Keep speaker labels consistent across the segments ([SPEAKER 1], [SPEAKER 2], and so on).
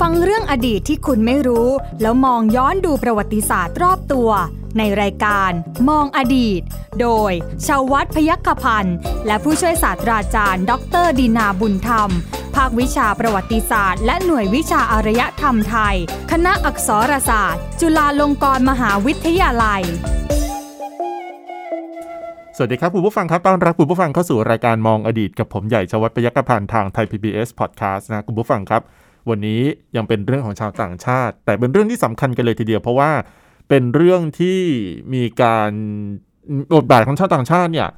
[SPEAKER 1] ฟังเรื่องอดีตที่คุณไม่รู้ แล้วมองย้อนดูประวัติศาสตร์รอบตัว ในรายการมองอดีต โดยชาววัดพยัคฆพันธ์และผู้ช่วยศาสตราจารย์ ดรดินาบุญธรรม ภาควิชาประวัติศาสตร์ และหน่วยวิชาอารยธรรมไทย คณะอักษรศาสตร์ จุฬาลงกรณ์มหาวิทยาลัย
[SPEAKER 2] สวัสดีครับคุณผู้ฟังครับต้อนรับคุณผู้ฟังเข้าสู่รายการมองอดีตกับผมใหญ่ชวัฒน์พยัคฆพันธ์ทางไทย PBS Podcast นะคุณผู้ฟังครับ วันนี้ยังเป็นเรื่องของชาวต่างชาติ แต่เป็นเรื่องที่สำคัญกันเลยทีเดียว เพราะว่าเป็นเรื่องที่มีการบทบาทของชาวต่างชาติเนี่ย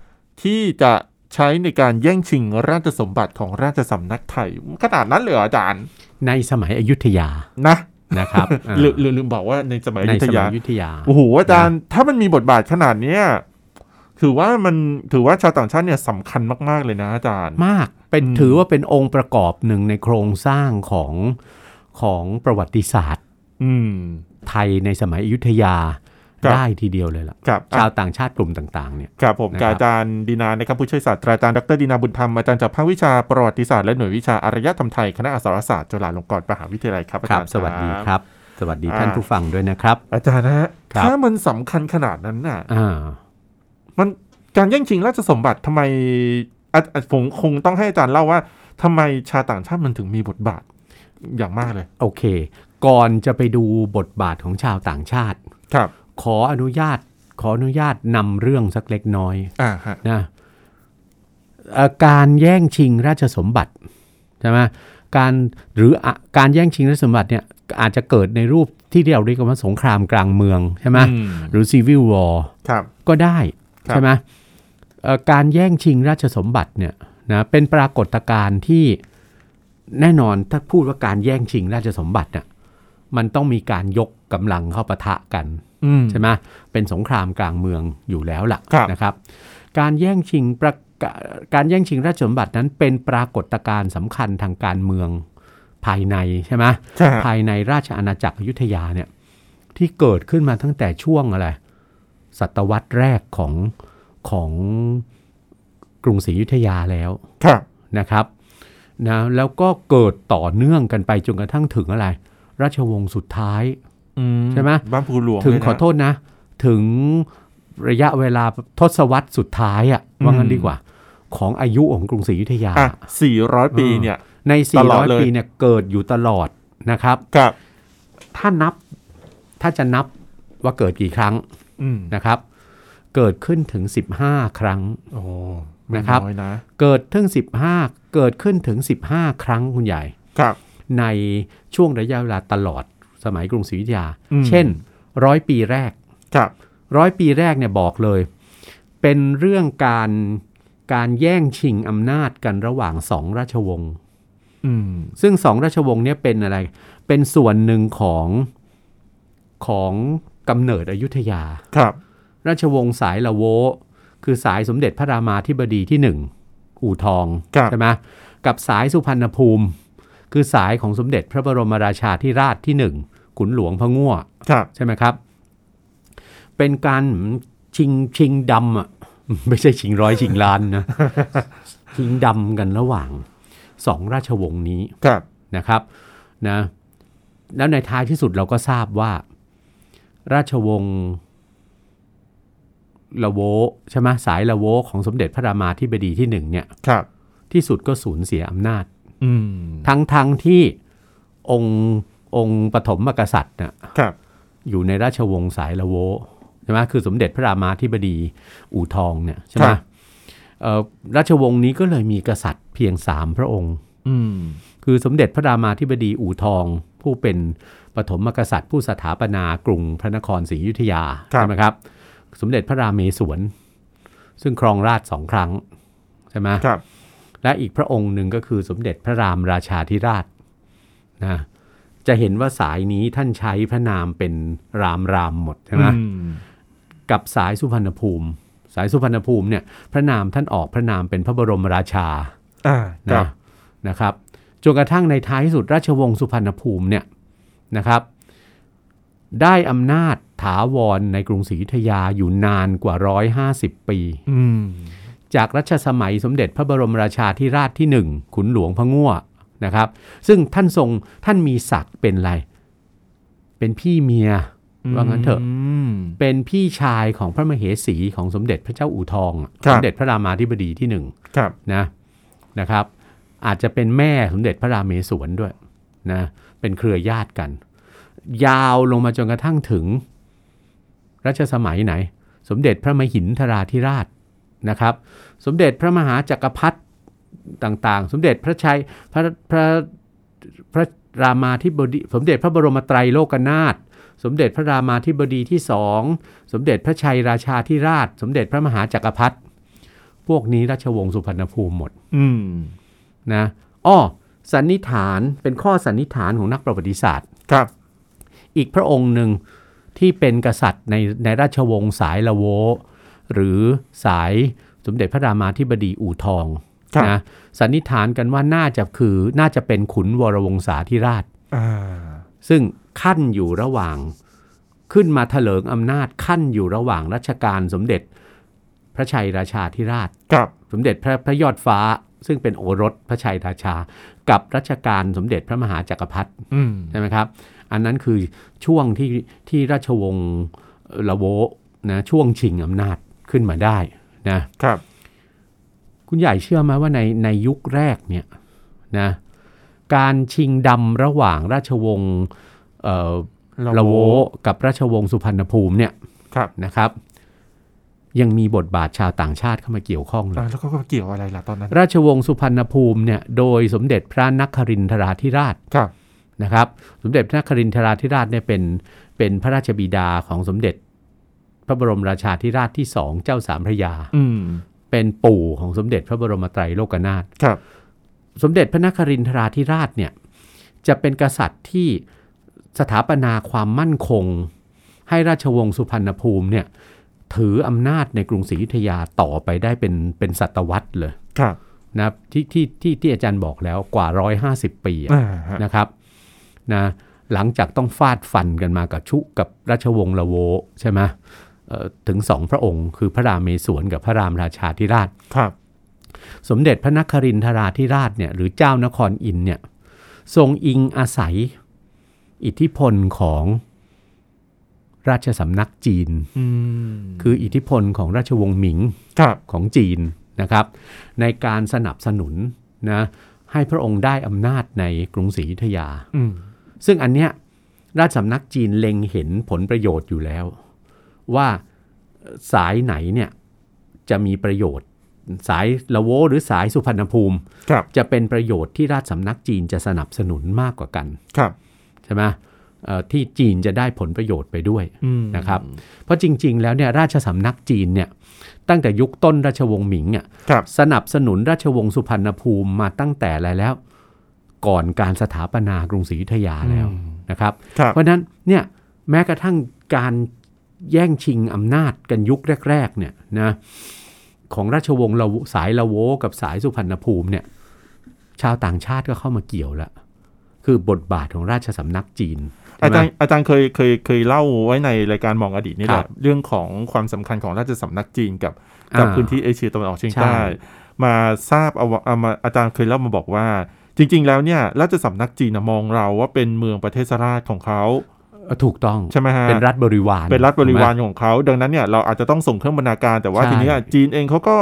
[SPEAKER 2] ที่จะใช้ในการแย่งชิงราชสมบัติของราชสำนักไทยขนาดนั้นเลยเหรออาจารย์
[SPEAKER 3] ในสมัยอยุธยา
[SPEAKER 2] นะ
[SPEAKER 3] นะครับเออ
[SPEAKER 2] ลืมลืมลืมบอกว่าในสมัยอ
[SPEAKER 3] ใน
[SPEAKER 2] ยุ
[SPEAKER 3] ส
[SPEAKER 2] ธ
[SPEAKER 3] มั
[SPEAKER 2] ยา
[SPEAKER 3] ยอยุธยา
[SPEAKER 2] โอ้โหอาจารย์ถ้ามันมีบทบาทขนาดเนี้ยถือว่ามันถือว่าชาวต่างชาติเนี่ยสำคัญมาก ๆ เลยนะอาจารย์
[SPEAKER 3] มากเป็น
[SPEAKER 2] อืม
[SPEAKER 3] ถือว่าเป็นองค์ประกอบหนึ่งในโครงสร้างของของประวัติศาสตร์
[SPEAKER 2] อืม
[SPEAKER 3] ไทยในสมัยอยุธยา
[SPEAKER 2] ครับ
[SPEAKER 3] ได้ทีเดียวเลยล่ะ
[SPEAKER 2] ครับ
[SPEAKER 3] ชา
[SPEAKER 2] อ่ะ
[SPEAKER 3] วต่างชาติกลุ่มต่างๆเนี่ย
[SPEAKER 2] ครับผม
[SPEAKER 3] นะครับ
[SPEAKER 2] กับอาจารย์ดินานะครับผู้ช่วยศาสตราจารย์ดรดินาบุญธรรมอาจารย์จากภาควิชาประวัติศาสตร์และหน่วยวิชาอารยธรรมไทยคณะอักษรศาสตร์จุฬาลงกรณ์มหาวิทยาลัยครับอา
[SPEAKER 3] ครั
[SPEAKER 2] จา
[SPEAKER 3] บ
[SPEAKER 2] รย์
[SPEAKER 3] สวัสดี
[SPEAKER 2] ครับ
[SPEAKER 3] ครับ สวัสดี
[SPEAKER 2] อ่า
[SPEAKER 3] ท่านผู้ฟังด้วยนะครับ
[SPEAKER 2] อาจารย์นะฮะ
[SPEAKER 3] ครับ
[SPEAKER 2] ถ้ามันสำคัญขนาดนั้นน่ะ
[SPEAKER 3] อ่า
[SPEAKER 2] มันการแย่งชิงราชสมบัติทำไมอาอ่ะผมคงต้องให้อาจารย์เล่าว่าทำไมชาวต่างชาติมันถึงมีบทบาทอย่างมากเลย
[SPEAKER 3] โอเค ก่อนจะไปดูบทบาทของชาวต่างชาติ
[SPEAKER 2] ครับ
[SPEAKER 3] ขออนุญาตขออนุญาตนำเรื่องสักเล็กน้อย
[SPEAKER 2] อ่าฮะ
[SPEAKER 3] นะเอ่อการแย่งชิงราชสมบัติใช่ไหมการหรืออะการแย่งชิงราชสมบัติเนี่ยอาจจะเกิดในรูปที่เราเรียกกันว่าสงครามกลางเมืองใช่ไหม
[SPEAKER 2] อืม
[SPEAKER 3] หรือ civil war
[SPEAKER 2] ครับ
[SPEAKER 3] ก็ได้
[SPEAKER 2] ครับ
[SPEAKER 3] ใช่ไหมเอ่อการแย่งชิงราชสมบัติเนี่ยนะเป็นปรากฏการณ์ที่แน่นอนถ้าพูดว่าการแย่งชิงราชสมบัติน่ะมันต้องมีการยกกำลังเข้าปะทะกัน
[SPEAKER 2] อืม
[SPEAKER 3] ใช่ไหมเป็นสงครามกลางเมืองอยู่แล้วล่ะ
[SPEAKER 2] ครับ
[SPEAKER 3] นะครับ การแย่งชิงประกาการแย่งชิงราชสมบัตินั้นเป็นปรากฏการณ์สำคัญทางการเมืองภายในใช่ไหม
[SPEAKER 2] ใช่ฮะ
[SPEAKER 3] ภายในราชอาณาจักรอยุธยาเนี่ยที่เกิดขึ้นมาตั้งแต่ช่วงอะไรศตวรรษแรกของของกรุงศรีอยุธยาแล้ว
[SPEAKER 2] ครับ
[SPEAKER 3] นะครับนะแล้วก็เกิดต่อเนื่องกันไปจนกระทั่งถึงอะไร ราชวงศ์สุดท้าย
[SPEAKER 2] อื
[SPEAKER 3] ใช่ไหม
[SPEAKER 2] บ้านภูหลวง
[SPEAKER 3] ถึง
[SPEAKER 2] เลยนะ
[SPEAKER 3] ขอโทษนะ ถึงระยะเวลาทศวรรษสุดท้ายอะ
[SPEAKER 2] อืม
[SPEAKER 3] ว่างั้นดีกว่า ของอายุของกรุงศรีอยุธยา
[SPEAKER 2] อ่ะสี่ร้อยปีเนี่ย
[SPEAKER 3] ใน
[SPEAKER 2] ตลอดเลย
[SPEAKER 3] 400 ปีเนี่ยเกิดอยู่ตลอดนะครับ
[SPEAKER 2] ครับ
[SPEAKER 3] ถ้านับถ้าจะนับว่าเกิดกี่ครั้ง
[SPEAKER 2] อืม
[SPEAKER 3] นะครับ เกิดขึ้นถึง 15 ครั้ง
[SPEAKER 2] โอ้ไม่
[SPEAKER 3] นะครับ
[SPEAKER 2] อยนะ
[SPEAKER 3] เกิดถึง 15 เกิดขึ้นถึง 15 ครั้งคุณใหญ่
[SPEAKER 2] ครับ
[SPEAKER 3] ในช่วงระยะเวลาตลอดสมัยกรุงศรีอยุธยา
[SPEAKER 2] อืม
[SPEAKER 3] เช่นร้อยปีแรก
[SPEAKER 2] ครับ
[SPEAKER 3] ร้อยปีแรกเนี่ยบอกเลย เป็นเรื่องการการแย่งชิงอำนาจกันระหว่างสองราชวงศ์
[SPEAKER 2] อืม
[SPEAKER 3] ซึ่งสองราชวงศ์เนี่ยเป็นอะไร เป็นส่วนหนึ่งของของกำเนิดอยุธยา
[SPEAKER 2] ครับ
[SPEAKER 3] ราชวงศ์สายละโว คือสายสมเด็จพระรามาธิบดีที่หนึ่งอู่ทอง
[SPEAKER 2] ครับ
[SPEAKER 3] ใช่ไหมกับสายสุพรรณภูมิ คือสายของสมเด็จพระบรมราชาธิราชที่หนึ่งขุนหลวงพระง่ว
[SPEAKER 2] ครับ
[SPEAKER 3] ใช่ไหมครับ เป็นการชิงชิงดำอ่ะ ไม่ใช่ชิงร้อยชิงล้านนะ ชิงดำกันระหว่างสองราชวงศ์นี้
[SPEAKER 2] ครับ
[SPEAKER 3] นะครับนะแล้วในท้ายที่สุดเราก็ทราบว่า ราชวงศ์ละโวใช่ไหมสายละโวของสมเด็จพระรามาธิบดีที่หนึ่งเนี่ย
[SPEAKER 2] ครับ
[SPEAKER 3] ที่สุดก็สูญเสียอำนาจ
[SPEAKER 2] อืม
[SPEAKER 3] ทั้งทั้งที่องค์องค์ปฐมกษัตริย์น่ะ
[SPEAKER 2] ครับ
[SPEAKER 3] อยู่ในราชวงศ์สายละโวใช่ไหมคือสมเด็จพระรามาธิบดีอู่ทองเนี่ยใช่ไห
[SPEAKER 2] ค
[SPEAKER 3] ม
[SPEAKER 2] รับ
[SPEAKER 3] เอ่อราชวงศ์นี้ก็เลยมีกษัตริย์เพียงสามพระองค์
[SPEAKER 2] อืม
[SPEAKER 3] คือสมเด็จพระรามาธิบดีอู่ทอง ผู้เป็นปฐมกษัตริย์ ผู้สถาปนากรุงพระนครศรีอยุธยา
[SPEAKER 2] ครับ
[SPEAKER 3] ใช่ไหมครับ สมเด็จพระราเมศวรซึ่งครองราชย์สองครั้งใช่ไหม
[SPEAKER 2] ครับ
[SPEAKER 3] และอีกพระองค์หนึ่งก็คือสมเด็จพระรามราชาธิราชนะจะเห็นว่าสายนี้ท่านใช้พระนามเป็นรามรามหมดใช่ไหม
[SPEAKER 2] อืม
[SPEAKER 3] กับสายสุพรรณภูมิ สายสุพรรณภูมิเนี่ยพระนามท่านออกพระนามเป็นพระบรมราชา
[SPEAKER 2] อ่า ครั
[SPEAKER 3] นะ
[SPEAKER 2] บ
[SPEAKER 3] นะครับจนกระทั่งในท้ายสุดราชวงศ์สุพรรณภูมิเนี่ยนะครับ ได้อำนาจถาวรในกรุงศรีอยุธยาอยู่นานกว่า 150 ปี
[SPEAKER 2] อืม
[SPEAKER 3] จากรัชสมัยสมเด็จพระบรมราชาธิราชที่ 1 ขุนหลวงพระง่ว นะครับ ซึ่งท่านทรงท่านมีศักดิ์เป็นอะไร เป็นพี่เมีย ว่างั้นเถอะ
[SPEAKER 2] ม
[SPEAKER 3] เป็นพี่ชายของพระมเหสีของสมเด็จพระเจ้าอู่ทองอะ
[SPEAKER 2] ครับ
[SPEAKER 3] สมเด็จพระรามาธิบดีที่หนึ่ง
[SPEAKER 2] ครับ
[SPEAKER 3] นะนะครับ อาจจะเป็นแม่สมเด็จพระราเมศวรด้วยนะเป็นเครือญาติกัน ยาวลงมาจนกระทั่งถึงรัชสมัยไหน สมเด็จพระมหินทราธิราชนะครับ สมเด็จพระมหาจักรพรรดิต่างๆ สมเด็จพระชัยพระพระพระรามาธิบดีสมเด็จพระบรมไตรโลกนาถสมเด็จพระรามาธิบดีที่สองสมเด็จพระชัยราชาธิราช สมเด็จพระมหาจักรพรรดิพวกนี้ราชวงศ์สุพรรณภูมิหมด
[SPEAKER 2] อืม
[SPEAKER 3] นะอ้อสันนิษฐานเป็นข้อสันนิษฐานของนักประวัติศาสตร์
[SPEAKER 2] ครับ
[SPEAKER 3] อีกพระองค์หนึ่งที่เป็นกษัตริย์ในในราชวงศ์สายละโว หรือสายสมเด็จพระรามาธิบดีอู่ทอง
[SPEAKER 2] ครับ
[SPEAKER 3] นะสันนิษฐานกันว่าน่าจะคือน่าจะเป็นขุนวรวงศาธิราช
[SPEAKER 2] อ่า
[SPEAKER 3] ซึ่งขั้นอยู่ระหว่างขึ้นมาเถลิงอำนาจขั้นอยู่ระหว่างรัชกาลสมเด็จพระชัยราชาธิราช
[SPEAKER 2] ครับ
[SPEAKER 3] สมเด็จพระพระยอดฟ้า ซึ่งเป็นโอรสพระชัยราชา กับรัชกาลสมเด็จพระมหาจักรพรรดิ
[SPEAKER 2] อืม
[SPEAKER 3] ใช่ไหมครับ อันนั้นคือช่วงที่ที่ราชวงศ์ละโวนะช่วงชิงอำนาจขึ้นมาได้นะครับ คุณใหญ่เชื่อไหมว่าในในยุคแรกเนี่ยนะการชิงดำระหว่างราชวงศ์เอ่อละโวกับราชวงศ์สุพรรณภูมิเนี่ย
[SPEAKER 2] ครับ
[SPEAKER 3] นะครับยังมีบทบาทชาวต่างชาติเข้ามาเกี่ยวข้องเลย
[SPEAKER 2] อ่าแล้วเขาก็เกี่ยวอะไรล่ะตอนนั้น
[SPEAKER 3] ราชวงศ์สุพรรณภูมิเนี่ยโดยสมเด็จพระนครินทราธิราช
[SPEAKER 2] ครับ
[SPEAKER 3] นะครับ สมเด็จพระนครินทราธิราชเนี่ยเป็นเป็นพระราชบิดาของสมเด็จพระบรมราชาธิราชที่สองเจ้าสามพระยา
[SPEAKER 2] อืม
[SPEAKER 3] เป็นปู่ของสมเด็จพระบรมไตรโลกนาถ
[SPEAKER 2] ครับ
[SPEAKER 3] สมเด็จพระนครินทราธิราชเนี่ยจะเป็นกษัตริย์ที่สถาปนาความมั่นคง ให้ราชวงศ์สุพรรณภูมิเนี่ยถืออำนาจในกรุงศรีอยุธยาต่อไปได้เป็นเป็นศตวรรษเลย
[SPEAKER 2] ครับ
[SPEAKER 3] นะครับที่ที่ที่ที่อาจารย์บอกแล้วกว่า 150 ปีอะ
[SPEAKER 2] อ่าฮะ
[SPEAKER 3] นะครับนะหลังจากต้องฟาดฟันกันมากับชุกับราชวงศ์ละโวใช่ไหมเอ่อถึงสองพระองค์ คือพระรามเมศวรกับพระรามราชาธิราช
[SPEAKER 2] ครับ
[SPEAKER 3] สมเด็จพระนครินทราธิราชเนี่ยหรือเจ้านครอินทร์เนี่ยทรงอิงอาศัยอิทธิพลของราชสำนักจีน
[SPEAKER 2] อืม
[SPEAKER 3] คืออิทธิพลของราชวงศ์หมิง
[SPEAKER 2] ครับ
[SPEAKER 3] ของจีนนะครับ ในการสนับสนุนนะให้พระองค์ได้อำนาจในกรุงศรีอยุธยา
[SPEAKER 2] อืม
[SPEAKER 3] ซึ่งอันเนี้ยราชสำนักจีนเล็งเห็นผลประโยชน์อยู่แล้ว ว่าสายไหนเนี่ยจะมีประโยชน์ สายละโวหรือสายสุพรรณภูมิ
[SPEAKER 2] ครับ
[SPEAKER 3] จะเป็นประโยชน์ที่ราชสำนักจีนจะสนับสนุนมากกว่ากัน
[SPEAKER 2] ครับ
[SPEAKER 3] ใช่ไหมเอ่อที่จีนจะได้ผลประโยชน์ไปด้วย
[SPEAKER 2] อืม
[SPEAKER 3] นะครับเพราะจริงๆ แล้วเนี่ยราชสำนักจีนเนี่ยตั้งแต่ยุคต้นราชวงศ์หมิงอ่ะ
[SPEAKER 2] ครับ
[SPEAKER 3] สนับสนุนราชวงศ์สุพรรณภูมิมาตั้งแต่อะไรแล้ว ก่อนการสถาปนากรุงศรีอยุธยาแล้วนะครับ
[SPEAKER 2] ครับ
[SPEAKER 3] เพราะฉะนั้นเนี่ยแม้กระทั่งการแย่งชิงอำนาจกันยุคแรกๆเนี่ยนะของราชวงศ์ละโวสายละโวกับสายสุพรรณภูมิเนี่ยชาวต่างชาติก็เข้ามาเกี่ยวละคือบทบาทของราชสำนักจีนใช่
[SPEAKER 2] อา
[SPEAKER 3] ไหม
[SPEAKER 2] จารย์อาจารย์เคยเคยเคยเล่าไว้ในรายการมองอดีตนี่แห
[SPEAKER 3] ครั
[SPEAKER 2] ละ
[SPEAKER 3] บ
[SPEAKER 2] เรื่องของความสำคัญของราชสำนักจีนกับ จากพื้นที่เอเชียตะวันออกเฉียงใต้
[SPEAKER 3] ใช่
[SPEAKER 2] มาทราบเอาว่าเอามาอาจารย์เคยเล่ามาบอกว่า จริง ๆ แล้วเนี่ยราชสำนักจีนนะมองเราว่าเป็นเมืองประเทศราชของเขา
[SPEAKER 3] อ่าถูกต้อง
[SPEAKER 2] ใช่ไหมฮะ
[SPEAKER 3] เป็นรัฐบริวาร
[SPEAKER 2] เป็นรัฐบริวาร
[SPEAKER 3] ถูกไหม
[SPEAKER 2] ของเขา ดังนั้นเนี่ยเราอาจจะต้องส่งเครื่องบรรณาการแต่ว่า
[SPEAKER 3] ใช่
[SPEAKER 2] ทีเนี้ยจีนเองเขาก็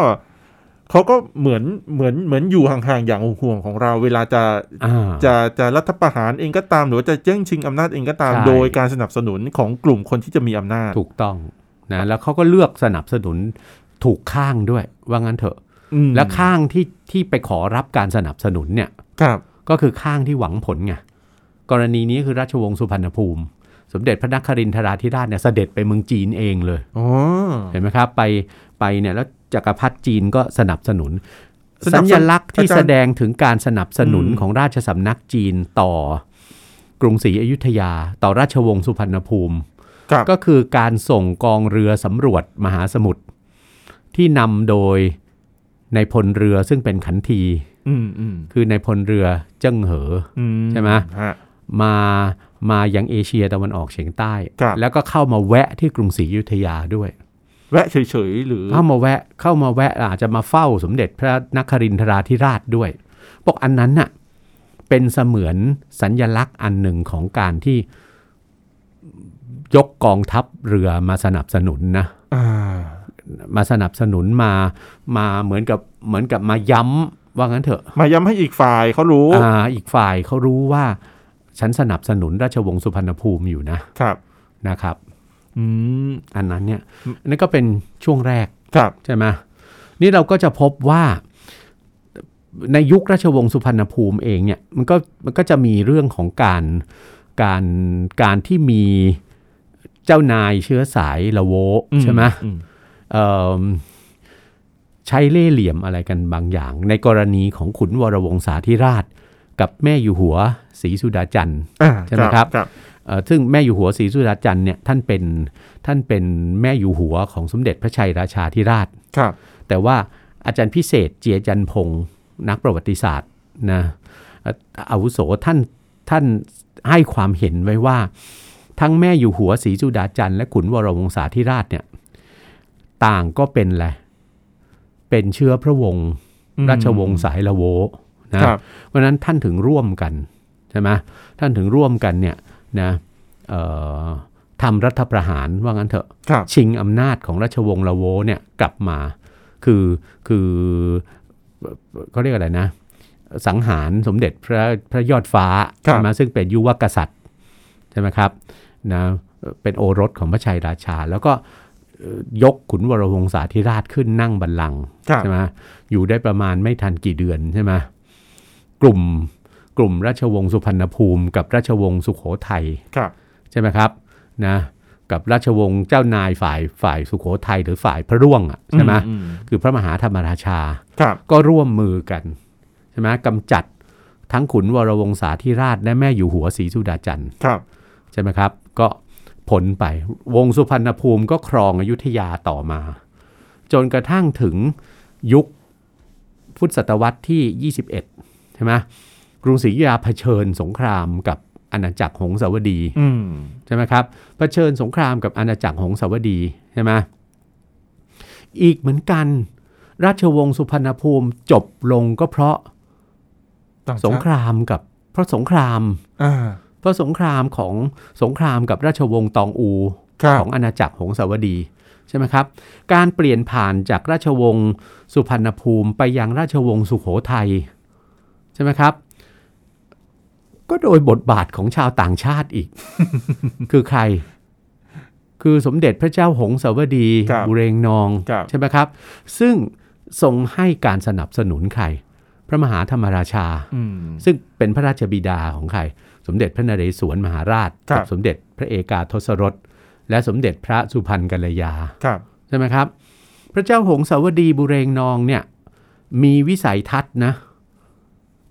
[SPEAKER 2] เขาก็เหมือนเหมือนเหมือนอยู่ห่างๆอย่างห่วงๆของเรา เวลาจะ
[SPEAKER 3] อ่า
[SPEAKER 2] จะจะรัฐประหารเองก็ตามหรือว่าจะแย่งชิงอำนาจเองก็ตาม
[SPEAKER 3] ใช่
[SPEAKER 2] โดยการสนับสนุนของกลุ่มคนที่จะมีอำนาจ
[SPEAKER 3] ถูกต้องนะแล้วเขาก็เลือกสนับสนุนถูกข้างด้วย ว่างั้นเถอะ
[SPEAKER 2] อืม
[SPEAKER 3] และข้างที่ที่ไปขอรับการสนับสนุนเนี่ย
[SPEAKER 2] ครับ
[SPEAKER 3] ก็คือข้างที่หวังผลไงกรณีนี้คือราชวงศ์สุพรรณภูมิ สมเด็จพระนครินทราธิราชเนี่ยเสด็จไปเมืองจีนเองเลย
[SPEAKER 2] อ๋อ
[SPEAKER 3] เห็นไหมครับ ไปไปเนี่ยแล้วจักรพรรดิจีนก็สนับสนุน
[SPEAKER 2] สนั
[SPEAKER 3] สั
[SPEAKER 2] บสนุน
[SPEAKER 3] ญลักษณ์ที่
[SPEAKER 2] อาจารย์
[SPEAKER 3] แสดงถึงการสนับสนุน
[SPEAKER 2] อืม
[SPEAKER 3] ของราชสำนักจีนต่อกรุงศรีอยุธยา ต่อราชวงศ์สุพรรณภูมิ
[SPEAKER 2] ครับ
[SPEAKER 3] ก็คือการส่งกองเรือสำรวจมหาสมุทรที่นำโดยในพลเรือซึ่งเป็นขันที
[SPEAKER 2] อืมอืม
[SPEAKER 3] คือในพลเรือเจิ้งเหอ
[SPEAKER 2] อื
[SPEAKER 3] ใช่ไหม
[SPEAKER 2] ฮะ
[SPEAKER 3] มามายังเอเชียตะวันออกเฉียงใต้
[SPEAKER 2] ครับ
[SPEAKER 3] แล้วก็เข้ามาแวะที่กรุงศรีอยุธยาด้วย
[SPEAKER 2] แวะเฉยๆหรือ
[SPEAKER 3] เข้ามาแวะเข้ามาแวะอาจจะมาเฝ้าสมเด็จพระนครินทราธิราชด้วยบอกอันนั้นน่ะ เป็นเสมือนสัญญลักษณ์อันหนึ่งของการที่ยกกองทัพเรือมาสนับสนุนนะ
[SPEAKER 2] อ่า
[SPEAKER 3] มาสนับสนุนมามาเหมือนกับเหมือนกับมาย้ำว่างั้นเถอะ
[SPEAKER 2] มาย้ำให้อีกฝ่ายเขารู้
[SPEAKER 3] อ่าอีกฝ่ายเขารู้ว่า ฉันสนับสนุนราชวงศ์สุพรรณภูมิอยู่นะครับ นะครับ
[SPEAKER 2] อืม
[SPEAKER 3] อันนั้นเนี่ยอันนั่นก็เป็นช่วงแรก
[SPEAKER 2] ครับ
[SPEAKER 3] ใช่ไหมนี่เราก็จะพบว่าในยุคราชวงศ์สุพรรณภูมิเองเนี่ยมันก็มันก็จะมีเรื่องของการการการที่มีเจ้านายเชื้อสายละโวใช่ไหม
[SPEAKER 2] อืม
[SPEAKER 3] เอิ่มใช้เล่ห์เหลี่ยมอะไรกันบางอย่าง ในกรณีของขุนวรวงศาธิราช กับแม่อยู่หัวศรีสุดาจันทร์
[SPEAKER 2] อ่า
[SPEAKER 3] ใช่ไหมครับ
[SPEAKER 2] ครับ
[SPEAKER 3] เอ่อซึ่งแม่อยู่หัวศรีสุดาจันทร์เนี่ยท่านเป็นท่านเป็นแม่อยู่หัวของสมเด็จพระชัยราชาธิราช
[SPEAKER 2] ครับ
[SPEAKER 3] แต่ว่าอาจารย์พิเศษเจียจันพงศ์นักประวัติศาสตร์นะเอ่ออาวุโสท่านท่านให้ความเห็นไว้ว่า ทั้งแม่อยู่หัวศรีจุดาจันทร์และขุนวรวงศาธิราชเนี่ยต่างก็เป็นแหละไรเป็นเชื้อพระวงศ์
[SPEAKER 2] อืม
[SPEAKER 3] ราชวงศ์สายละโวนะครับ เพราะฉะนั้นท่านถึงร่วมกันใช่ไหมท่านถึงร่วมกันเนี่ยนะเอ่อทำรัฐประหารว่างั้นเถอะ
[SPEAKER 2] ครับ
[SPEAKER 3] ชิงอำนาจของราชวงศ์ละโวเนี่ยกลับมา คือคือเขาเรียกอะไรนะ สังหารสมเด็จพระพระยอดฟ้า
[SPEAKER 2] ครับ
[SPEAKER 3] ใช่ไหมซึ่งเป็นยุวกษัตริย์ใช่ไหมครับนะเป็นโอรสของพระชัยราชา แล้วก็เอ่อยกขุนวรวงศาธิราชขึ้นนั่งบัลลังก์
[SPEAKER 2] ครับ
[SPEAKER 3] ใช่ไหมอยู่ได้ประมาณไม่ทันกี่เดือนใช่ไหมกลุ่มกลุ่มราชวงศ์สุพรรณภูมิ กับราชวงศ์สุโขทัย
[SPEAKER 2] ครับ
[SPEAKER 3] ใช่ไหมครับนะกับราชวงศ์เจ้านายฝ่ายฝ่ายสุโขทัยหรือฝ่ายพระร่วงอะใช่ไหม
[SPEAKER 2] อืมอืม
[SPEAKER 3] คือพระมหาธรรมราชา
[SPEAKER 2] ครับ
[SPEAKER 3] ก็ร่วมมือกันใช่ไหมกำจัดทั้งขุนวรวงศาธิราชและแม่อยู่หัวศรีสุดาจันทร์
[SPEAKER 2] ครับ
[SPEAKER 3] ใช่ไหมครับ ก็ผลไปวงสุพรรณภูมิก็ครองอยุธยาต่อมา จนกระทั่งถึงยุคพุทธศตวรรษที่ 21ใช่ไหมกรุงศรีอยุธยาเผชิญสงครามกับอาณาจักรหงสาวดี
[SPEAKER 2] อืม
[SPEAKER 3] ใช่ไหมครับเผชิญสงครามกับอาณาจักรหงสาวดีใช่ไหมอีกเหมือนกัน ราชวงศ์สุพรรณภูมิจบลงก็เพราะ
[SPEAKER 2] ต่ชติ
[SPEAKER 3] สงครามกับเพราะสงคราม
[SPEAKER 2] อ่า
[SPEAKER 3] เพราะสงครามของสงครามกับราชวงศ์ตองอู
[SPEAKER 2] ครับ
[SPEAKER 3] ของอาณาจักรหงสาวดีใช่ไหมครับ การเปลี่ยนผ่านจากราชวงศ์สุพรรณภูมิไปยังราชวงศ์สุโขทัยใช่ไหมครับ ก็โดยบทบาทของชาวต่างชาติ อีก คือใคร คือสมเด็จพระเจ้าหงสาวดีบุเรงนอง
[SPEAKER 2] ครับ
[SPEAKER 3] ใช่ไหมครับ ซึ่งทรงให้การสนับสนุนใคร พระมหาธรรมราชา
[SPEAKER 2] อืม
[SPEAKER 3] ซึ่งเป็นพระราชบิดาของใคร สมเด็จพระนเรศวรมหาราช
[SPEAKER 2] ครั
[SPEAKER 3] กับ สมเด็จพระเอกาทศรสและสมเด็จพระสุพรรณกัลยา
[SPEAKER 2] ครับ
[SPEAKER 3] ใช่ไหมครับ พระเจ้าหงสาวดีบุเรงนองเนี่ยมีวิสัยทัศน์นะ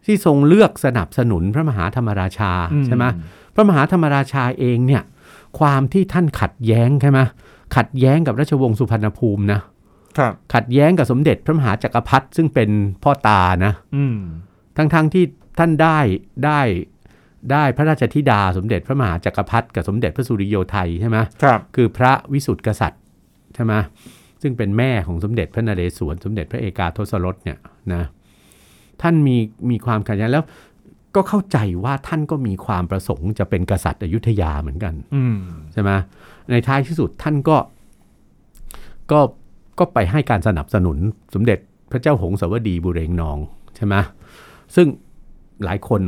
[SPEAKER 3] ที่ทรงเลือกสนับสนุนพระมหาธรรมราชา
[SPEAKER 2] อืม
[SPEAKER 3] ใช่ไหมพระมหาธรรมราชาเองเนี่ย ความที่ท่านขัดแย้งใช่ไหมขัดแย้งกับราชวงศ์สุพรรณภูมินะครับ ขัดแย้งกับสมเด็จพระมหาจักรพรรดิซึ่งเป็นพ่อตานะ
[SPEAKER 2] อืม
[SPEAKER 3] ทั้งๆที่ท่านได้ได้ได้พระราชธิดาสมเด็จพระมหาจักรพรรดิกับสมเด็จพระสุริโยไทยใช่ไหม
[SPEAKER 2] ครับ
[SPEAKER 3] คือพระวิสุทธิกษัตริย์ใช่ไหมซึ่งเป็นแม่ของสมเด็จพระนเรศวรสมเด็จพระเอกาทศรสเนี่ยนะท่านมีมีความขัดแย้งแล้วก็เข้าใจว่าท่านก็มีความประสงค์จะเป็นกษัตริย์อยุธยาเหมือนกัน
[SPEAKER 2] อืม
[SPEAKER 3] ใช่ไหมในท้ายที่สุดท่านก็ก็ก็ไปให้การสนับสนุนสมเด็จพระเจ้าหงสาวดีบุเรงนองใช่ไหมซึ่งหลายคน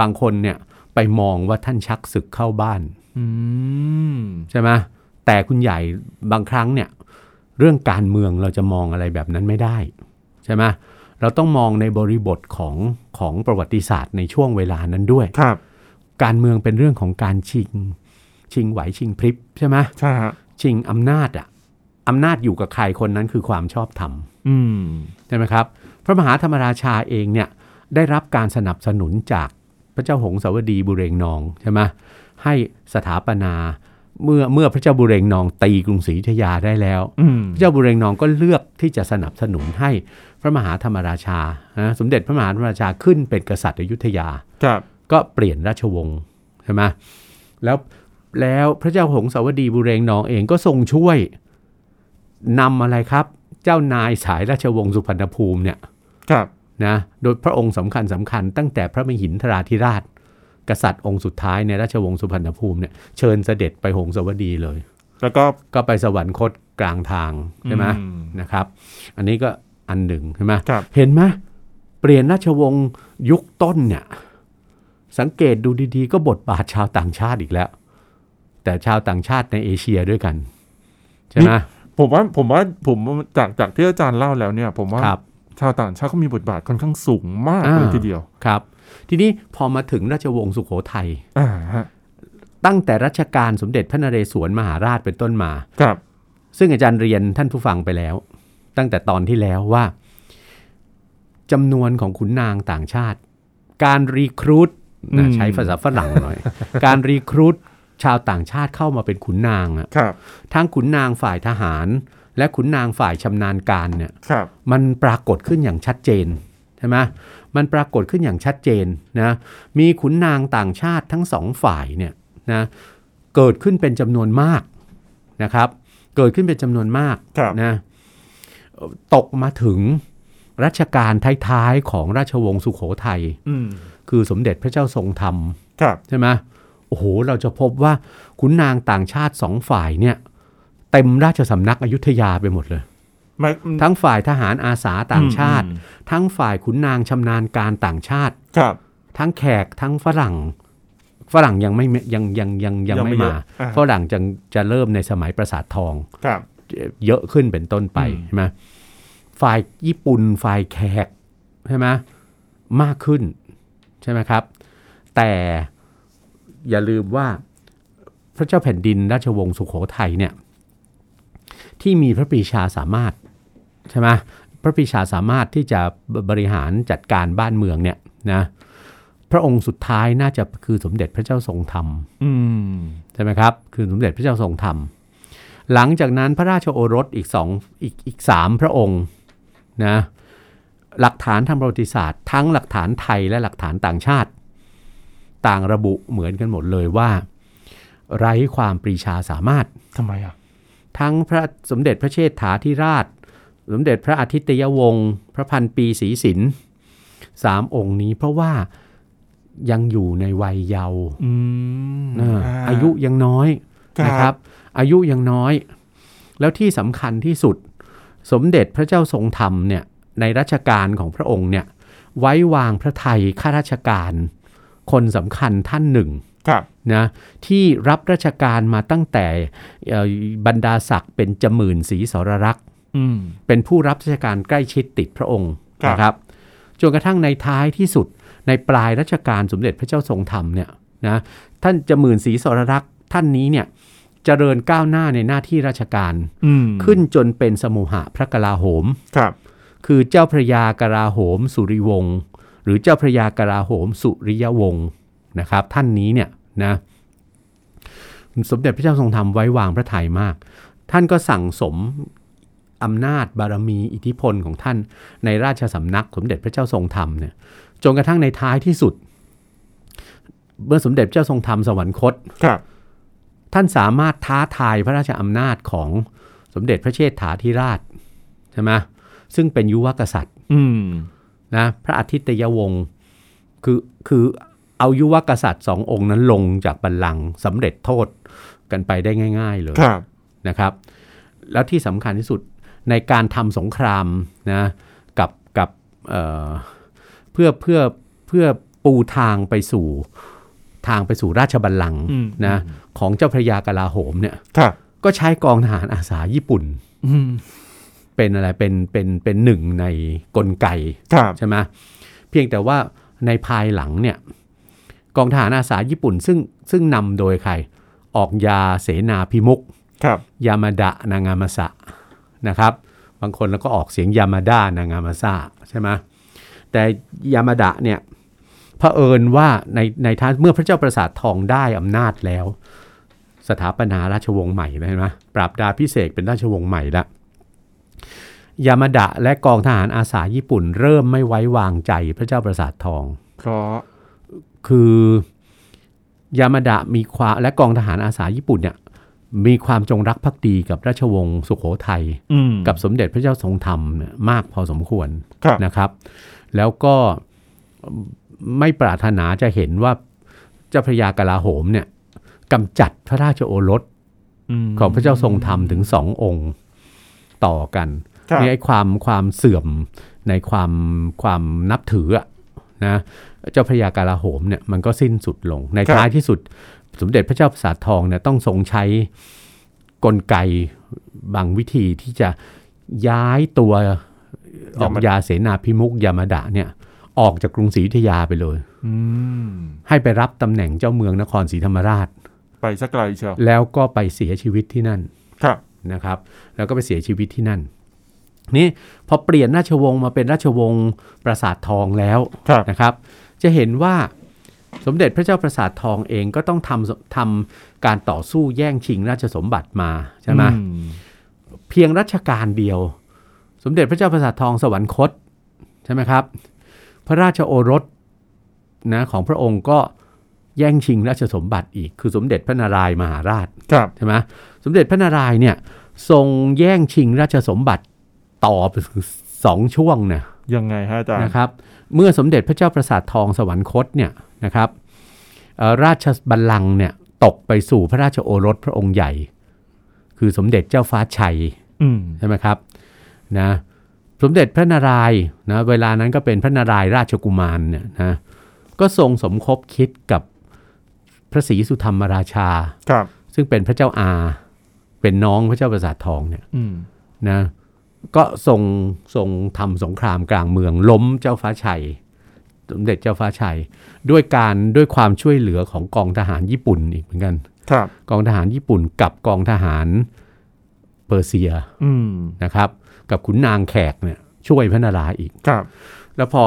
[SPEAKER 3] บางคนเนี่ยไปมองว่าท่านชักศึกเข้าบ้าน
[SPEAKER 2] อืม
[SPEAKER 3] ใช่ไหมแต่คุณใหญ่บางครั้งเนี่ยเรื่องการเมืองเราจะมองอะไรแบบนั้นไม่ได้ใช่ไหมเราต้องมองในบริบทของของประวัติศาสตร์ในช่วงเวลานั้นด้วย
[SPEAKER 2] ครับ
[SPEAKER 3] การเมืองเป็นเรื่องของการชิง ชิงไหวชิงพริบใช่ไหม
[SPEAKER 2] ใช่ฮะ
[SPEAKER 3] ชิงอำนาจอะอำนาจอยู่กับใครคนนั้นคือความชอบธรรม
[SPEAKER 2] อืม
[SPEAKER 3] ใช่ไหมครับ พระมหาธรรมราชาเองเนี่ยได้รับการสนับสนุนจากพระเจ้าหงสาวดีบุเรงนองใช่ไหมให้สถาปนาเมื่อเมื่อพระเจ้าบุเรงนองตีกรุงศรีอยุธยาได้แล้ว
[SPEAKER 2] อืม
[SPEAKER 3] พระเจ้าบุเรงนองก็เลือกที่จะสนับสนุนให้พระมหาธรรมราชานะสมเด็จพระมหาธรรมราชาขึ้นเป็นกษัตริย์อยุธยา
[SPEAKER 2] ครับ
[SPEAKER 3] ก็เปลี่ยนราชวงศ์ใช่ไหมแล้วแล้วพระเจ้าหงสาวดีบุเรงนองเองก็ทรงช่วยนำอะไรครับ เจ้านายสายราชวงศ์สุพรรณภูมิเนี่ย
[SPEAKER 2] ครับ
[SPEAKER 3] นะโดยพระองค์สำคัญสำคัญตั้งแต่พระมหินทราธิราช กษัตริย์องค์สุดท้ายในราชวงศ์สุพรรณภูมิเนี่ยเชิญเสด็จไปหงสาวดีเลย
[SPEAKER 2] แล้วก็
[SPEAKER 3] ก็ไปสวรรคตกลางทางใช่ไหม
[SPEAKER 2] อืม
[SPEAKER 3] นะครับ อันนี้ก็อันหนึ่งใช่ไหม
[SPEAKER 2] ครับ
[SPEAKER 3] เห็นไหมเปลี่ยนราชวงศ์ยุคต้นเนี่ย สังเกตดูดีๆ ก็บทบาทชาวต่างชาติอีกแล้ว แต่ชาวต่างชาติในเอเชียด้วยกัน ใช่ไหม
[SPEAKER 2] ผมว่าผมว่าผมจากจากที่อาจารย์เล่าแล้วเนี่ย ผมว่า
[SPEAKER 3] ครับ
[SPEAKER 2] ชาวต่างชาติเขามีบทบาทค่อนข้างสูงมาก
[SPEAKER 3] อ่า
[SPEAKER 2] เลยทีเดียว
[SPEAKER 3] ครับ ทีนี้พอมาถึงราชวงศ์สุโขทัย
[SPEAKER 2] อ่าฮะ
[SPEAKER 3] ตั้งแต่รัชกาลสมเด็จพระนเรศวรมหาราชเป็นต้นมา
[SPEAKER 2] ครับ
[SPEAKER 3] ซึ่งอาจารย์เรียนท่านผู้ฟังไปแล้ว ตั้งแต่ตอนที่แล้วว่าจำนวนของขุนนางต่างชาติ การรีครูต
[SPEAKER 2] อื
[SPEAKER 3] นะ
[SPEAKER 2] ม
[SPEAKER 3] ใช้ภาษาฝรั่งหน่อย การรีครูตชาวต่างชาติเข้ามาเป็นขุนนางอะ
[SPEAKER 2] ครับ
[SPEAKER 3] ทั้งขุนนางฝ่ายทหาร และขุนนางฝ่ายชำนาญการเนี่ย
[SPEAKER 2] ครับ
[SPEAKER 3] มันปรากฏขึ้นอย่างชัดเจนใช่ไหมมันปรากฏขึ้นอย่างชัดเจนนะ มีขุนนางต่างชาติทั้งสองฝ่ายเนี่ยนะเกิดขึ้นเป็นจำนวนมากนะครับ เกิดขึ้นเป็นจำนวนมาก
[SPEAKER 2] ครับ
[SPEAKER 3] นะเอ่อตกมาถึงรัชกาลท้ายๆของราชวงศ์สุโขทัย
[SPEAKER 2] อืม
[SPEAKER 3] คือสมเด็จพระเจ้าทรงธรรม
[SPEAKER 2] ครับ
[SPEAKER 3] ใช่ไหมโอ้โห เราจะพบว่าขุนนางต่างชาติสองฝ่ายเนี่ยเต็มราชสำนักอยุธยาไปหมดเลย
[SPEAKER 2] ไม่
[SPEAKER 3] ทั้งฝ่ายทหารอาสาต่างชาติ
[SPEAKER 2] อืม
[SPEAKER 3] ทั้งฝ่ายขุนนางชำนาญการต่างชาติ
[SPEAKER 2] ครับ
[SPEAKER 3] ทั้งแขกทั้งฝรั่ง ฝรั่งยังไม่ยังยังยังยัง
[SPEAKER 2] ยังไม่
[SPEAKER 3] ไม่
[SPEAKER 2] เย
[SPEAKER 3] มา
[SPEAKER 2] อะอ่า
[SPEAKER 3] ฝรั่งจะจะเริ่มในสมัยปราสาททอง
[SPEAKER 2] ครับ
[SPEAKER 3] เยอะขึ้นเป็นต้นไป
[SPEAKER 2] อืม
[SPEAKER 3] ใช่ไหมฝ่ายญี่ปุ่นฝ่ายแขกใช่ไหมมากขึ้นใช่ไหมครับ แต่อย่าลืมว่าพระเจ้าแผ่นดินราชวงศ์สุโขทัยเนี่ยที่มีพระปรีชาสามารถใช่ไหมพระปรีชาสามารถที่จะบริหารจัดการบ้านเมืองเนี่ยนะพระองค์สุดท้ายน่าจะคือสมเด็จพระเจ้าทรงธรรม
[SPEAKER 2] อืม
[SPEAKER 3] ใช่ไหมครับ คือสมเด็จพระเจ้าทรงธรรม หลังจากนั้นพระราชโอรสอีกสองอีกอีกสามพระองค์นะ หลักฐานทางประวัติศาสตร์ ทั้งหลักฐานไทยและหลักฐานต่างชาติ ต่างระบุเหมือนกันหมดเลยว่า ไร้ความปรีชาสามารถ
[SPEAKER 2] ทำไมอ่ะ
[SPEAKER 3] ทั้งพระสมเด็จพระเชษฐาธิราช สมเด็จพระอาทิตยวงศ์พระพันปีศรีสินสามองค์นี้เพราะว่ายังอยู่ในวัยเยาว์
[SPEAKER 2] อืม
[SPEAKER 3] อ่าอายุยังน้อยนะครับ อายุยังน้อย แล้วที่สำคัญที่สุด สมเด็จพระเจ้าทรงธรรมเนี่ยในรัชกาลของพระองค์เนี่ยไว้วางพระไทยข้าราชการ คนสำคัญท่านหนึ่ง
[SPEAKER 2] ครับ
[SPEAKER 3] นะที่รับราชการมาตั้งแต่เอ่อบรรดาศักดิ์เป็นจมื่นศรีสรรักษ์
[SPEAKER 2] อืม
[SPEAKER 3] เป็นผู้รับราชการใกล้ชิดติดพระองค์
[SPEAKER 2] ครับ
[SPEAKER 3] นะครับจนกระทั่งในท้ายที่สุดในปลายรัชกาลสมเด็จพระเจ้าทรงธรรมเนี่ย นะท่านจมื่นศรีสรรักษ์ท่านนี้เนี่ยเจริญก้าวหน้าในหน้าที่ราชการ
[SPEAKER 2] อืม
[SPEAKER 3] ขึ้นจนเป็นสมุหะพระกลาโหม
[SPEAKER 2] ครับ
[SPEAKER 3] คือเจ้าพระยากลาโหม สุริวงศ์หรือเจ้าพระยากลาโหม สุริยวงศ์นะครับ ท่านนี้เนี่ยนะสมเด็จพระเจ้าทรงธรรมไว้วางพระทัยมาก ท่านก็สั่งสมอำนาจบารมีอิทธิพลของท่านในราชสำนัก สมเด็จพระเจ้าทรงธรรมเนี่ยจนกระทั่งในท้ายที่สุด เมื่อสมเด็จเจ้าทรงธรรมสวรรคต
[SPEAKER 2] ครับ
[SPEAKER 3] ท่านสามารถท้าทายพระราชอำนาจของสมเด็จพระเชษฐาธิราชใช่ไหมซึ่งเป็นยุวกษัตริย์
[SPEAKER 2] อืม
[SPEAKER 3] นะพระอาทิตยวงศ์คือคือเอายุวกษัตริย์สององค์นั้นลงจากบัลลังก์สำเร็จโทษกันไปได้ง่าย ๆ เลย
[SPEAKER 2] ครับ
[SPEAKER 3] นะครับ แล้วที่สำคัญที่สุดในการทำสงครามนะกับกับเอ่อเพื่อเพื่อเพื่อปูทางไปสู่ทางไปสู่ราชบัลลังก์
[SPEAKER 2] อืม
[SPEAKER 3] นะของเจ้าพระยากลาโหมเนี่ย
[SPEAKER 2] ครับ
[SPEAKER 3] ก็ใช้กองทหารอาสาญี่ปุ่น
[SPEAKER 2] อืม
[SPEAKER 3] เป็นอะไรเป็นเป็นเป็นหนึ่งในกลไก
[SPEAKER 2] ครับ
[SPEAKER 3] ใช่ไหมเพียงแต่ว่าในภายหลังเนี่ยกองทหารอาสาญี่ปุ่นซึ่งซึ่งนำโดยใคร ออกยาเสนาพิมุก
[SPEAKER 2] ครับ
[SPEAKER 3] ยามาดะนางามาสะนะครับ บางคนแล้วก็ออกเสียงยามาดานางามาซาใช่ไหมแต่ยามาดะเนี่ยเผอิญว่าในในท่านเมื่อพระเจ้าประสาททองได้อำนาจแล้ว สถาปนาราชวงศ์ใหม่แล้วเห็นไหมปราบดาพิเศษกเป็นราชวงศ์ใหม่ละยามาดะและกองทหารอาสาญี่ปุ่น เริ่มไม่ไว้วางใจพระเจ้าประสาททอง
[SPEAKER 2] เพราะ
[SPEAKER 3] คือยามาดะมีความและกองทหารอาสาญี่ปุ่นเนี่ย มีความจงรักภักดีกับราชวงศ์สุขโขทัย
[SPEAKER 2] อืม
[SPEAKER 3] กับสมเด็จพระเจ้าทรงธรรมเนี่ยมากพอสมควร
[SPEAKER 2] ครับ
[SPEAKER 3] นะครับ แล้วก็ไม่ปรารถนาจะเห็นว่าเจ้าพระยากลาโหมเนี่ยกำจัดพระราชโอรส
[SPEAKER 2] ม
[SPEAKER 3] ของพระเจ้าทรงธรรมถึงสององค์ต่อกัน
[SPEAKER 2] ครับ
[SPEAKER 3] นี่ไอ้ความความเสื่อมในความความนับถืออะนะเจ้าพระยากาลาโหมเนี่ยมันก็สิ้นสุดลง ในท้ายที่สุดสมเด็จพระเจ้าประสาททองเนี่ยต้องทรงใช้กลไกบางวิธีที่จะย้ายตัวออกยาเสนาพิมุกยามาดะเนี่ยออกจากกรุงศรีอยุธยาไปเลย
[SPEAKER 2] อืม
[SPEAKER 3] ให้ไปรับตำแหน่งเจ้าเมืองนครศรีธรรมราช
[SPEAKER 2] ไปสักไกลเชียว
[SPEAKER 3] แล้วก็ไปเสียชีวิตที่นั่น
[SPEAKER 2] ครับ
[SPEAKER 3] นะครับแล้วก็ไปเสียชีวิตที่นั่น นี่พอเปลี่ยนราชวงศ์มาเป็นราชวงศ์ปราสาททองแล้ว
[SPEAKER 2] ครับ
[SPEAKER 3] นะครับ จะเห็นว่าสมเด็จพระเจ้าปราสาททองเองก็ต้องทำทำการต่อสู้แย่งชิงราชสมบัติมาใช่ไหม
[SPEAKER 2] อื
[SPEAKER 3] เพียงรัชกาลเดียว สมเด็จพระเจ้าปราสาททองสวรรคตใช่ไหมครับ พระราชโอรสนะของพระองค์ก็แย่งชิงราชสมบัติอีกคือสมเด็จพระนารายณ์มหาราช
[SPEAKER 2] ครับ
[SPEAKER 3] ใช่ไหมสมเด็จพระนารายณ์เนี่ยทรงแย่งชิงราชสมบัติต่อไปถึงสองช่วงนะ
[SPEAKER 2] ยังไงฮะอาจารย์
[SPEAKER 3] นะครับเมื่อสมเด็จพระเจ้าประสาททองสวรรคตเนี่ยนะครับเอ่อราชบัลลังก์เนี่ยตกไปสู่พระราชโอรสพระองค์ใหญ่ คือสมเด็จเจ้าฟ้าชัย
[SPEAKER 2] อืม
[SPEAKER 3] ใช่ไหมครับนะสมเด็จพระนารายณ์นะเวลานั้นก็เป็นพระนารายณ์ราชกุมารเนี่ยนะก็ทรงสมคบคิดกับพระศรีสุธรรมราชา
[SPEAKER 2] ครับ
[SPEAKER 3] ซึ่งเป็นพระเจ้าอา เป็นน้องพระเจ้าประสาททองเนี่ย
[SPEAKER 2] อืม
[SPEAKER 3] นะก็ทรงทรงทำสงครามกลางเมืองล้มเจ้าฟ้าชัย สมเด็จเจ้าฟ้าชัย ด้วยการด้วยความช่วยเหลือของกองทหารญี่ปุ่นอีกเหมือนกัน
[SPEAKER 2] ครับ
[SPEAKER 3] กองทหารญี่ปุ่นกับกองทหารเปอร์เซีย
[SPEAKER 2] อืม
[SPEAKER 3] นะครับ กับขุนนางแขกเนี่ยช่วยพระนารายณ์อีก
[SPEAKER 2] ครับ
[SPEAKER 3] แล้วพอ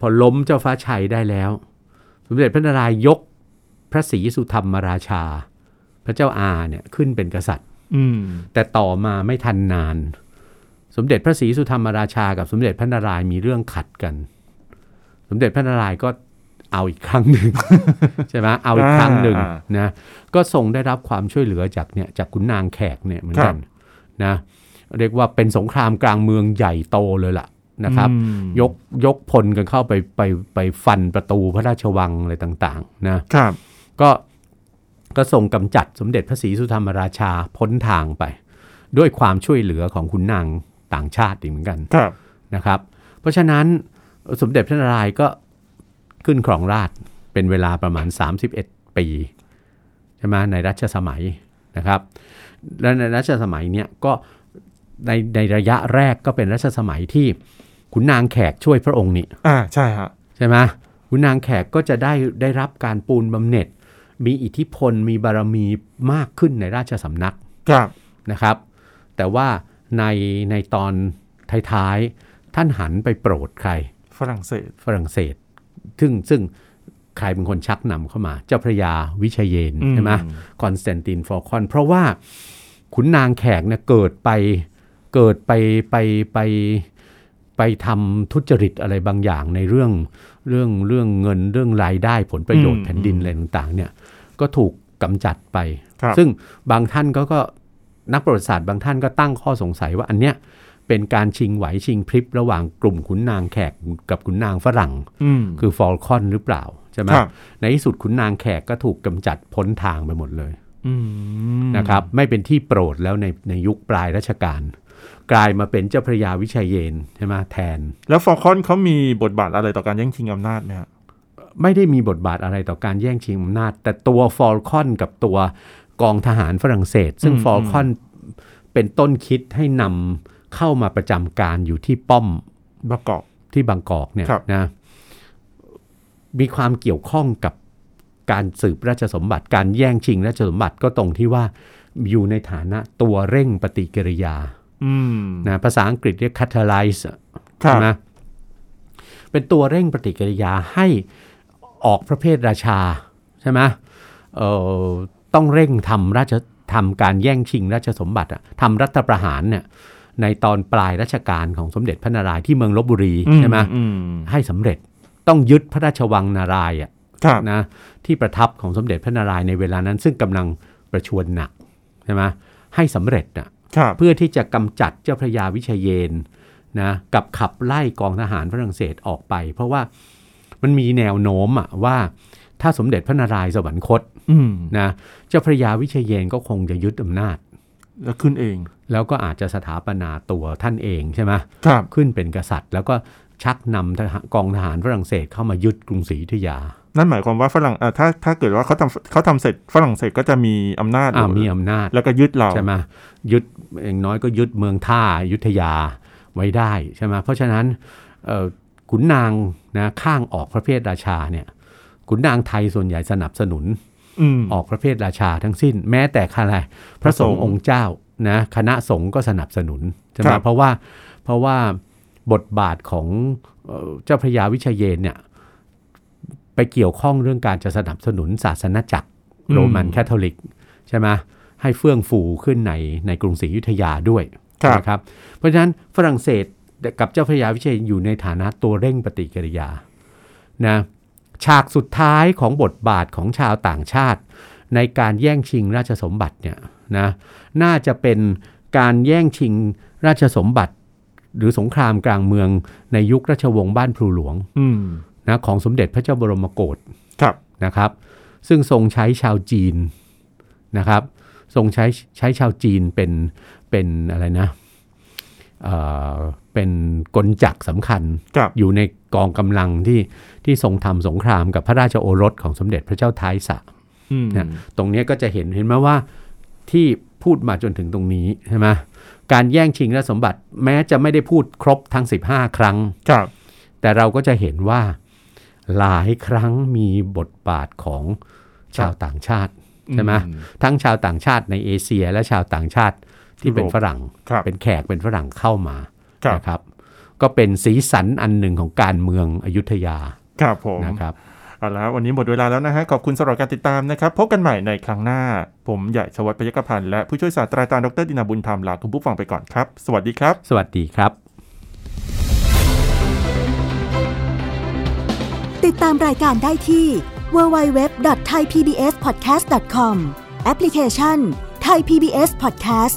[SPEAKER 3] พอล้มเจ้าฟ้าชัยได้แล้ว สมเด็จพระนารายณ์ยกพระศรีสุธรรมราชา พระเจ้าอาเนี่ยขึ้นเป็นกษัตริย์
[SPEAKER 2] อืม
[SPEAKER 3] แต่ต่อมาไม่ทันนาน สมเด็จพระศรีสุธรรมราชา กับสมเด็จพระนารายณ์มีเรื่องขัดกัน สมเด็จพระนารายณ์ก็เอาอีกครั้งหนึ่ง ใช่ไหมเอาอีกครั้งหนึ่งนะก็ทรงได้รับความช่วยเหลือจากเนี่ยจากขุนนางแขกเนี่ยเหมือนกันนะเรียกว่าเป็นสงครามกลางเมืองใหญ่โตเลยล่ะนะครับ
[SPEAKER 2] อืม
[SPEAKER 3] ยกยกพลกันเข้าไปไปไปฟันประตูพระราชวังอะไรต่างๆนะครับ ก็ก็ส่งกำจัดสมเด็จพระศรีสุธรรมราชาพ้นทางไป ด้วยความช่วยเหลือของขุนนางต่างชาติอีกเหมือนกัน
[SPEAKER 2] ครับ
[SPEAKER 3] นะครับ เพราะฉะนั้นสมเด็จพระนารายณ์ก็ขึ้นครองราชย์เป็นเวลาประมาณ 31 ปีใช่ไหมในรัชสมัยนะครับ และในรัชสมัยเนี้ยก็ในในระยะแรกก็เป็นรัชสมัยที่ขุนนางแขกช่วยพระองค์นี่
[SPEAKER 2] อ่าใช่ฮะ
[SPEAKER 3] ใช่ไหมขุนนางแขกก็จะได้ได้รับการปูนบำเหน็จ มีอิทธิพลมีบารมีมากขึ้นในราชสำนัก
[SPEAKER 2] ครับ
[SPEAKER 3] นะครับ แต่ว่าในในตอนท้ายๆ ท่านหันไปโปรดใคร
[SPEAKER 2] ฝรั่งเศส
[SPEAKER 3] ฝรั่งเศส ซึ่งซึ่งใครเป็นคนชักนำเข้ามา เจ้าพระยาวิเชยเยน
[SPEAKER 2] อืม
[SPEAKER 3] ใช่ไหมคอนสแตนตินฟอลคอน เพราะว่าขุนนางแขกเนี่ยเกิดไปเกิดไปไปไปไปทำทุจริตอะไรบางอย่างในเรื่องเรื่องเรื่องเงินเรื่องรายได้ผลประโยช
[SPEAKER 2] อื
[SPEAKER 3] น์
[SPEAKER 2] ม
[SPEAKER 3] แผ่นดินอะไรต่างๆเนี่ยก็ถูกกำจัดไป
[SPEAKER 2] ครับ
[SPEAKER 3] ซึ่งบางท่านก็ก็นักประวัติศาสตร์บางท่านก็ตั้งข้อสงสัยว่าอันเนี้ยเป็นการชิงไหวชิงพริบระหว่างกลุ่มขุนนางแขกกับขุนนางฝรั่ง
[SPEAKER 2] อืม
[SPEAKER 3] คือฟอลคอนหรือเปล่าใช่ไหม
[SPEAKER 2] ครับ
[SPEAKER 3] ในที่สุดขุนนางแขกก็ถูกกำจัดพ้นทางไปหมดเลย
[SPEAKER 2] อืม
[SPEAKER 3] นะครับไม่เป็นที่โปรดแล้วในในยุคปลายรัชกาลกลายมาเป็นเจ้าพระยาวิชัยเยนใช่ไหมแทน
[SPEAKER 2] แล้วฟอลคอนเขามีบทบาทอะไรต่อการแย่งชิงอำนาจไหมฮะ
[SPEAKER 3] ไม่ได้มีบทบาทอะไรต่อการแย่งชิงอำนาจ แต่ตัวฟอลคอนกับตัวกองทหารฝรั่งเศส ซึ่งฟอลคอนเป็นต้นคิดให้นำเข้ามาประจำการอยู่ที่ป้อม
[SPEAKER 2] บางกอก
[SPEAKER 3] ที่บางกอกเนี่ย
[SPEAKER 2] ครับ
[SPEAKER 3] นะมีความเกี่ยวข้องกับการสืบราชสมบัติ การแย่งชิงราชสมบัติก็ตรงที่ว่าอยู่ในฐานะตัวเร่งปฏิกิริยา
[SPEAKER 2] อืม
[SPEAKER 3] นะภาษาอังกฤษเรียก catalyze
[SPEAKER 2] ครั
[SPEAKER 3] ใช่
[SPEAKER 2] บ
[SPEAKER 3] ไหมเป็นตัวเร่งปฏิกิริยาให้ออกประเภทราชาใช่ไหมเอ่อต้องเร่งทำราชทำการแย่งชิงราชสมบัติอะทำรัฐประหารเนี่ยในตอนปลายรัชกาลของสมเด็จพระนารายณ์ที่เมืองลบบุรีใช่ไหม
[SPEAKER 2] อืม
[SPEAKER 3] ให้สำเร็จต้องยึดพระราชวังนารายณ์อะ
[SPEAKER 2] ครับ
[SPEAKER 3] นะที่ประทับของสมเด็จพระนารายณ์ในเวลานั้น ซึ่งกำลังประชวรหนัก ใช่ไหมให้สำเร็จน่ะ
[SPEAKER 2] ครับ
[SPEAKER 3] เพื่อที่จะกำจัดเจ้าพระยาวิเชยเยนนะกับขับไล่กองทหารฝรั่งเศสออกไป เพราะว่ามันมีแนวโน้มอะว่าถ้าสมเด็จพระนารายณ์สวรรคต
[SPEAKER 2] อืม
[SPEAKER 3] นะเจ้าพระยาวิเชยเยนก็คงจะยึดอำนาจ
[SPEAKER 2] แล้วขึ้นเอง
[SPEAKER 3] แล้วก็อาจจะสถาปนาตัวท่านเองใช่ไหม
[SPEAKER 2] ครับ
[SPEAKER 3] ขึ้นเป็นกษัตริย์ แล้วก็ชักนำทหารกองทหารฝรั่งเศสเข้ามายึดกรุงศรีอยุธยา
[SPEAKER 2] นั่นหมายความว่าฝรั่งอ่ะถ้าถ้าเกิดว่าเขาทำเขาทำเสร็จฝรั่งเศสก็จะมีอำนาจ
[SPEAKER 3] อ่า
[SPEAKER 2] ยู่
[SPEAKER 3] มีอำนาจ
[SPEAKER 2] แล้วก็ยึดเรา
[SPEAKER 3] ใช่ไหมยึดอย่างน้อยก็ยึดเมืองท่าอยุธยาไว้ได้ใช่ไหมเพราะฉะนั้นเอ่อขุนนางนะข้างออกพระเพศราชาเนี่ยขุนนางไทยส่วนใหญ่สนับสนุน
[SPEAKER 2] อืม
[SPEAKER 3] ออกพระเพศราชาทั้งสิ้น แม้แต่อะไรพระสงฆ์
[SPEAKER 2] พระสงฆ์
[SPEAKER 3] องค์เจ้านะคณะสงฆ์ก็สนับสนุนใช่ไหม
[SPEAKER 2] ครับ
[SPEAKER 3] เพราะว่าเพราะว่าบทบาทของเอ่อเจ้าพระยาวิเชยเยนเนี่ยไปเกี่ยวข้องเรื่องการจะสนับสนุนศาสนจักร โรมันแคทอลิกใช่ไหมให้เฟื่องฟูขึ้นในในกรุงศรีอยุธยาด้วย
[SPEAKER 2] ครับ
[SPEAKER 3] นะครับเพราะฉะนั้นฝรั่งเศสกับเจ้าพระยาวิเชยอยู่ในฐานะตัวเร่งปฏิกิริยานะฉากสุดท้ายของบทบาทของชาวต่างชาติ ในการแย่งชิงราชสมบัติเนี่ยนะน่าจะเป็นการแย่งชิงราชสมบัติ หรือสงครามกลางเมืองในยุคราชวงศ์บ้านพลูหลวง
[SPEAKER 2] อืม
[SPEAKER 3] นะของสมเด็จพระเจ้าบรมโกศ
[SPEAKER 2] ครับ
[SPEAKER 3] นะครับซึ่งทรงใช้ชาวจีนนะครับทรงใช้ใช้ชาวจีนเป็นเป็นอะไรนะเอ่อเป็นกลจักรสำคัญ
[SPEAKER 2] ครับ
[SPEAKER 3] อยู่ในกองกำลังที่ที่ทรงทำสงครามกับพระราชโอรสของสมเด็จพระเจ้าท้ายสระ
[SPEAKER 2] อืม
[SPEAKER 3] เนี่ย ตรงเนี้ยก็จะเห็นเห็นไหมว่าที่พูดมาจนถึงตรงนี้ใช่ไหมการแย่งชิงและสมบัติแม้จะไม่ได้พูดครบทั้ง 15 ครั้ง
[SPEAKER 2] ครับ
[SPEAKER 3] แต่เราก็จะเห็นว่าหลายครั้งมีบทบาทของชาวต่างชาติ ใช่ไหม
[SPEAKER 2] อื
[SPEAKER 3] ทั้งชาวต่างชาติในเอเชียและชาวต่างชาติที่เป็น
[SPEAKER 2] ยุโรป
[SPEAKER 3] ฝรั่ง
[SPEAKER 2] ครับ
[SPEAKER 3] เป็นแขกเป็นฝรั่งเข้ามา
[SPEAKER 2] ครับ
[SPEAKER 3] นะครับ ก็เป็นสีสันอันหนึ่งของการเมืองอยุธยา
[SPEAKER 2] ครับผม
[SPEAKER 3] นะครับ
[SPEAKER 2] เอาละวันนี้หมดเวลาแล้วนะฮะขอบคุณสำหรับการติดตามนะครับ พบกันใหม่ในครั้งหน้า ผมใหญ่ชวัฒน์พยกพันธ์และผู้ช่วยศาสตราจารย์ดรดินาบุญธรรมลาคุณผู้ฟังไปก่อนครับ สวัสดีครับ
[SPEAKER 3] สวัสดีครับ
[SPEAKER 4] ติดตามรายการได้ที่ www.thaipbspodcast.com แอปพลิเคชัน Thai PBS Podcast